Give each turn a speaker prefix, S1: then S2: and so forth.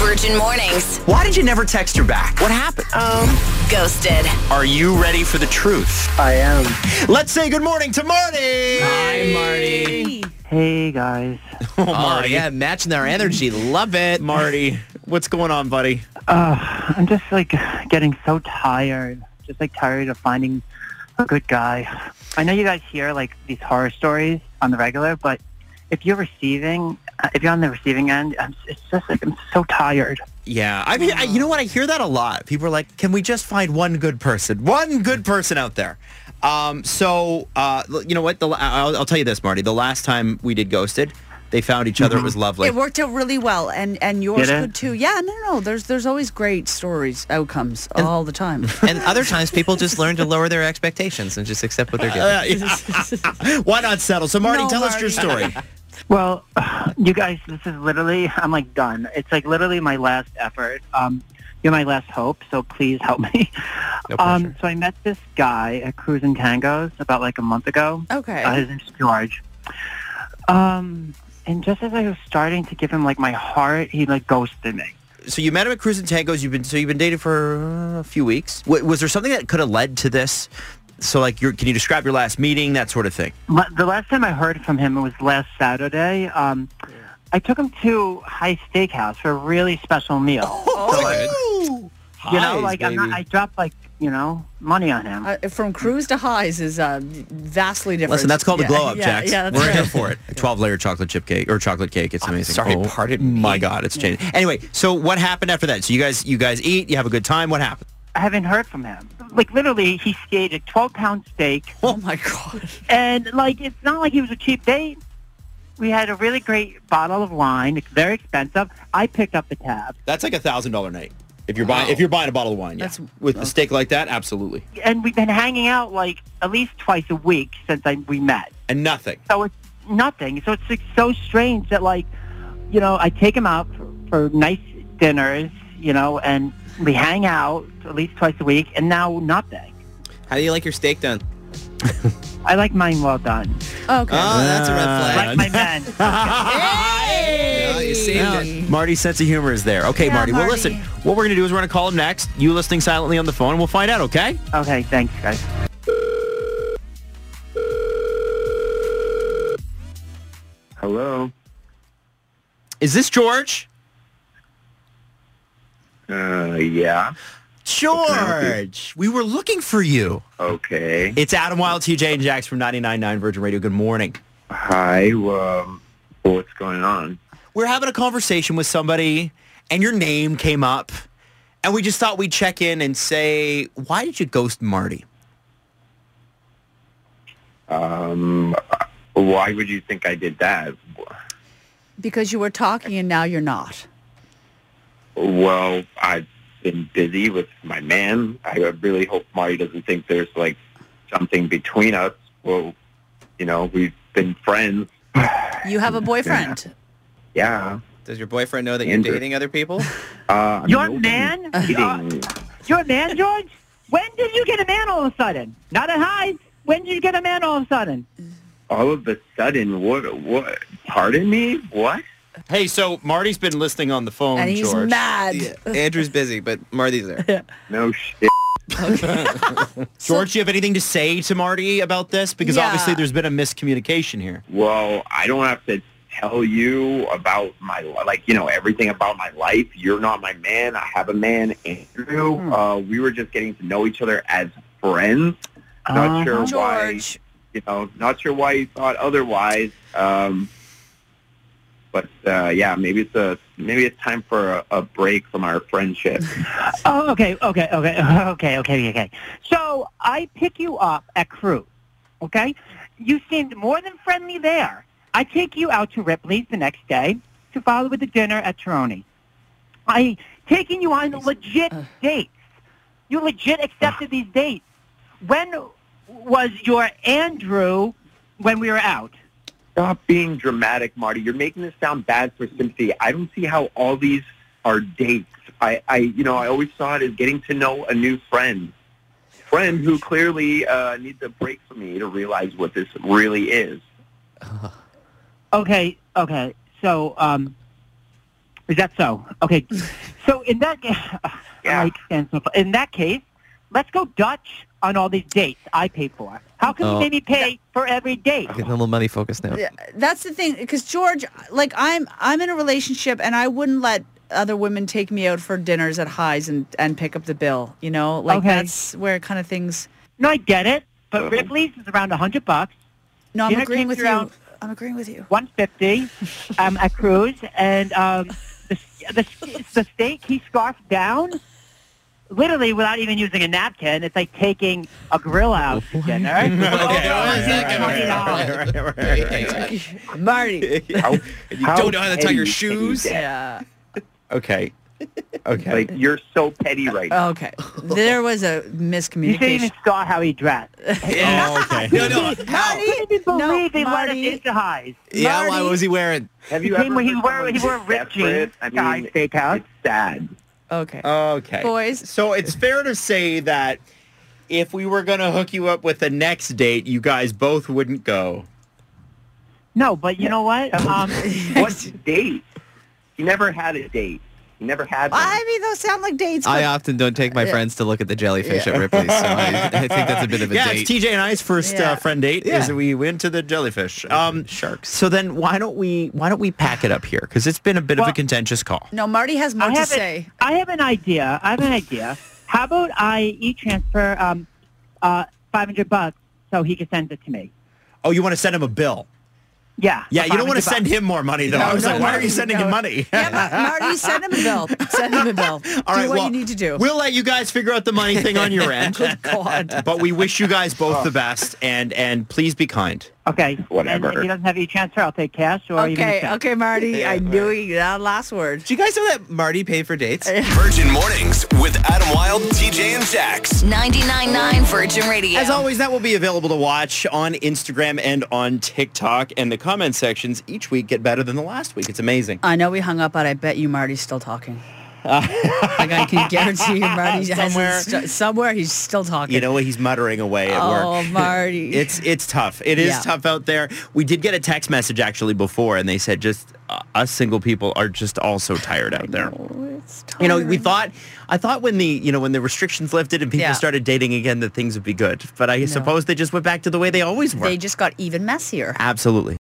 S1: Virgin Mornings.
S2: Why did you never text her back? What happened?
S1: Um, ghosted.
S2: Are you ready for the truth?
S3: I am.
S2: Let's say good morning to Marty.
S4: Hi, Marty.
S3: Hey guys.
S2: Oh,
S4: Oh,
S2: Marty.
S4: yeah, matching our energy. Love it.
S2: Marty, what's going on, buddy?
S3: I'm just like getting so tired. Just like tired of finding a good guy. I know you guys hear like these horror stories on the regular, but if you're receiving, uh, if you're on the receiving end, I'm, it's just like I'm so tired.
S2: Yeah,
S4: I mean, I, you know what? I hear that a lot. People are like, "Can we just find one good person? One good person out there." Um, so, uh, l- you know what? The, la- I'll, I'll tell you this, Marty. The last time we did ghosted, they found each other. It
S2: Mm-hmm.
S4: was lovely.
S5: it worked out really well, and and yours
S3: Did it?
S5: could too. Yeah, no, no, no. There's there's always great stories, outcomes all the time.
S6: And other times people just learn to lower their expectations and just accept what they're given.
S2: Uh, yeah. Why not settle? So, Marty,
S5: No,
S2: tell us your story.
S5: Marty.
S3: Well, you guys, this is literally, I'm like done. It's like literally my last effort. Um, you're my last hope, so please help me.
S6: No
S3: um,
S6: pressure.
S3: so I met this guy at Cruise and Tangos about like a month ago.
S5: Okay.
S3: Uh, his name's George. Um, and just as I was starting to give him like my heart, he like ghosted me.
S2: so you met him at Cruise and Tangos. You've been so you've been dating for uh, a few weeks. W- was there something that could have led to this? So, like, your, can you describe your last meeting, that sort of thing?
S3: La- The last time I heard from him it was last Saturday. Um, I took him to High Steakhouse for a really special meal.
S2: Oh,
S3: so, like, you know,
S6: Highs,
S3: like I'm not,
S6: baby.
S3: I dropped like you know money on him.
S5: Uh, from cruise to highs is uh, vastly different.
S2: Listen, that's called
S5: Yeah,
S2: a glow up,
S5: yeah,
S2: Jax.
S5: Yeah, that's
S2: We're
S5: right.
S2: here for it. A 12 layer chocolate chip cake or chocolate cake. It's amazing.
S6: sorry,
S2: Oh,
S6: pardon
S2: My
S6: me.
S2: God, it's changed. Anyway, so what happened after that? So you guys, you guys eat, you have a good time. What happened?
S3: I haven't heard from him. Like literally, he stayed a 12 pound steak,
S5: Oh my god.
S3: and like it's not like he was a cheap date. We had a really great bottle of wine. It's very expensive. I picked up the tab.
S2: That's like a thousand dollar night. If you're
S6: buying- if you're
S2: buying a bottle of wine,
S5: yeah. That's-
S2: with a steak like that, absolutely,
S3: and we've been hanging out like at least twice a week since I, we met.
S2: and nothing.
S3: So it's nothing. So it's like, so strange that like, you know, I take him out for, for nice dinners, you know, and we hang out at least twice a week, and now nothing.
S6: How do you like your steak done?
S3: I like mine well done.
S5: Okay.
S2: Uh,
S6: Oh, that's a red
S3: I
S6: flag.
S3: like my men.
S6: Oh, you saved it.
S2: Marty's sense of humor is there. Okay,
S5: Yeah,
S2: Marty. Well,
S5: Marty.
S2: listen. What we're gonna do is we're gonna call him next. You listening silently on the phone. We'll find out. Okay.
S3: Okay, thanks, guys.
S7: Hello.
S2: Is this George?
S7: Uh, yeah.
S2: George, we were looking for you.
S7: Okay.
S2: It's Adam Wilde, TJ, and Jax from 99.9 Virgin Radio. Good morning.
S7: Hi. Um, what's going on?
S2: we're having a conversation with somebody and your name came up and we just thought we'd check in and say, why did you ghost Marty?
S7: Um, why would you think I did that?
S5: Because you were talking and now you're not.
S7: Well, I've been busy with my man. I really hope Marty doesn't think there's like something between us. Well, you know, we've been friends.
S5: You have a boyfriend.
S7: Yeah.
S6: Does your boyfriend know that you're
S7: Andrew.
S6: dating other people?
S7: Uh, I'm
S3: Your
S7: no
S3: man?
S7: kidding.
S3: Your man, George? When did you get a man all of a sudden? Not at highs. When did you get a man all of a sudden?
S7: All of a sudden, what? What? Pardon me? What?
S2: Hey, so Marty's been listening on the phone,
S5: and he's
S2: George.
S5: mad.
S6: Yeah. Andrew's busy, but Marty's there.
S7: No shit.
S2: George, do you have anything to say to Marty about this? Because
S5: Yeah.
S2: obviously there's been a miscommunication here.
S7: well, I don't have to tell you about my li- like you know everything about my life. You're not my man. I have a man, Andrew. Uh, we were just getting to know each other as friends. Not
S3: Uh-huh.
S7: sure why
S5: George.
S7: you know. Not sure why you thought otherwise. Um, but uh, yeah, maybe it's a maybe it's time for a, a break from our friendship.
S3: Oh, okay, okay, okay, okay, okay, okay. So I pick you up at Cruise, okay? You seemed more than friendly there. I take you out to Ripley's the next day to follow with a dinner at Taroni. I taking you on legit dates. You legit accepted these dates. When was your Andrew when we were out?
S7: Stop being dramatic, Marty. You're making this sound bad for sympathy. I don't see how all these are dates. I, I you know, I always saw it as getting to know a new friend. Friend who clearly uh, needs a break from me to realize what this really is.
S3: Okay, okay. So, um, is that so? Okay. So in that case,
S7: Yeah.
S3: in that case, let's go Dutch on all these dates I pay for. How can
S6: Oh.
S3: you make me pay for every date?
S6: Getting a little money focused now.
S5: Yeah, that's the thing because george like i'm i'm in a relationship and i wouldn't let other women take me out for dinners at highs and and pick up the bill you know like
S3: Okay.
S5: that's where kind of things
S3: No, I get it, but Ripley's is around a hundred bucks,
S5: no i'm
S3: Dinner keeps
S5: agreeing with
S3: you
S5: you
S3: out.
S5: i'm agreeing with you
S3: one fifty, um, at Cruise, and um, the the the steak he scarfed down. Literally, without even using a napkin, it's like taking a grill out to
S6: Okay,
S3: dinner.
S6: all right, okay, all right, all right.
S3: $20.
S5: marty
S7: How,
S2: you don't know how to tie your
S7: petty can you
S2: shoes?
S7: get?
S5: yeah
S2: Okay. Okay.
S7: Like you're so
S2: Uh,
S7: petty right now.
S5: Oh, okay there was a
S3: You didn't even
S5: miscommunication
S3: saw how he dressed.
S2: Oh, Yeah.
S6: oh, No, no.
S3: I couldn't even
S5: No,
S3: believe they let us
S5: Marty.
S3: into highs.
S6: Yeah, why was he wearing?
S7: Have you
S3: He
S7: ever
S3: wore- he
S7: heard
S3: wore-
S7: someone
S3: he wore
S7: get
S3: ripped jeans
S7: desperate? I
S3: to high
S7: mean,
S3: steakhouse.
S7: It's sad.
S5: okay
S2: Oh. Okay.
S5: Boys.
S2: So it's fair to say that if we were going to hook you up with the next date, you guys both wouldn't go.
S3: No, but you know what? Um,
S7: What date? He never had a date. He never had one.
S5: i mean those sound like dates
S2: uh,
S6: I
S5: but
S6: often don't take my friends to look at the jellyfish at Ripley's, so I, I think that's a bit of a
S2: yeah,
S6: date.
S2: it's TJ and I's first
S5: Yeah.
S2: uh, friend date.
S6: Yeah.
S2: Is we went to the jellyfish. Um,
S6: Sharks.
S2: So then why don't we why don't we pack it up here? Because it's been a bit of
S3: Well-
S2: a contentious call.
S5: no marty has more
S3: I
S5: to
S3: have
S5: say
S3: A, I have an idea. I have an idea. How about I e-transfer um, uh, 500 bucks so he can send it to me?
S2: Oh, you want to send him a bill?
S3: Yeah.
S2: Yeah,
S3: for
S2: you don't want
S3: 500
S2: to send
S3: bucks.
S2: him more money though.
S5: No,
S2: I was
S5: no,
S2: like, why
S5: no,
S2: are you sending
S5: no.
S2: him money?
S5: yeah, Ma- Marty, send him a bill. Send him a bill.
S2: All
S5: do
S2: right,
S5: what
S2: well,
S5: you need to do.
S2: We'll let you guys figure out the money thing on your end.
S5: God. Oh.
S2: But we wish you guys both the best, and and please be kind.
S3: Okay.
S7: Whatever.
S3: And if he doesn't have e-transfer, I'll take cash or even a
S5: okay,
S3: check.
S5: okay, Marty. I knew he, that last word.
S6: Do you guys know that Marty paid for dates?
S8: Virgin Mornings with Adam Wilde, TJ, and Jax.
S1: 99.9 Virgin Radio.
S2: As always, that will be available to watch on Instagram and on TikTok. And the comment sections each week get better than the last week. It's amazing.
S5: I know we hung up, but I bet you Marty's still talking. like I can guarantee you, Marty somewhere,
S2: Somewhere.
S5: st- somewhere he's still talking.
S2: You know what? He's muttering away at work.
S5: oh, Marty.
S2: It's it's tough. It is
S5: Yeah.
S2: tough out there. We did get a text message actually before, and they said just uh, us single people are just all so tired out there.
S5: Oh, It's
S2: You know, we
S5: tiring.
S2: thought I thought when the you know when the restrictions lifted and people
S5: Yeah.
S2: started dating again that things would be good, but I suppose they just went back to the way they always were.
S5: they just got even messier.
S2: Absolutely.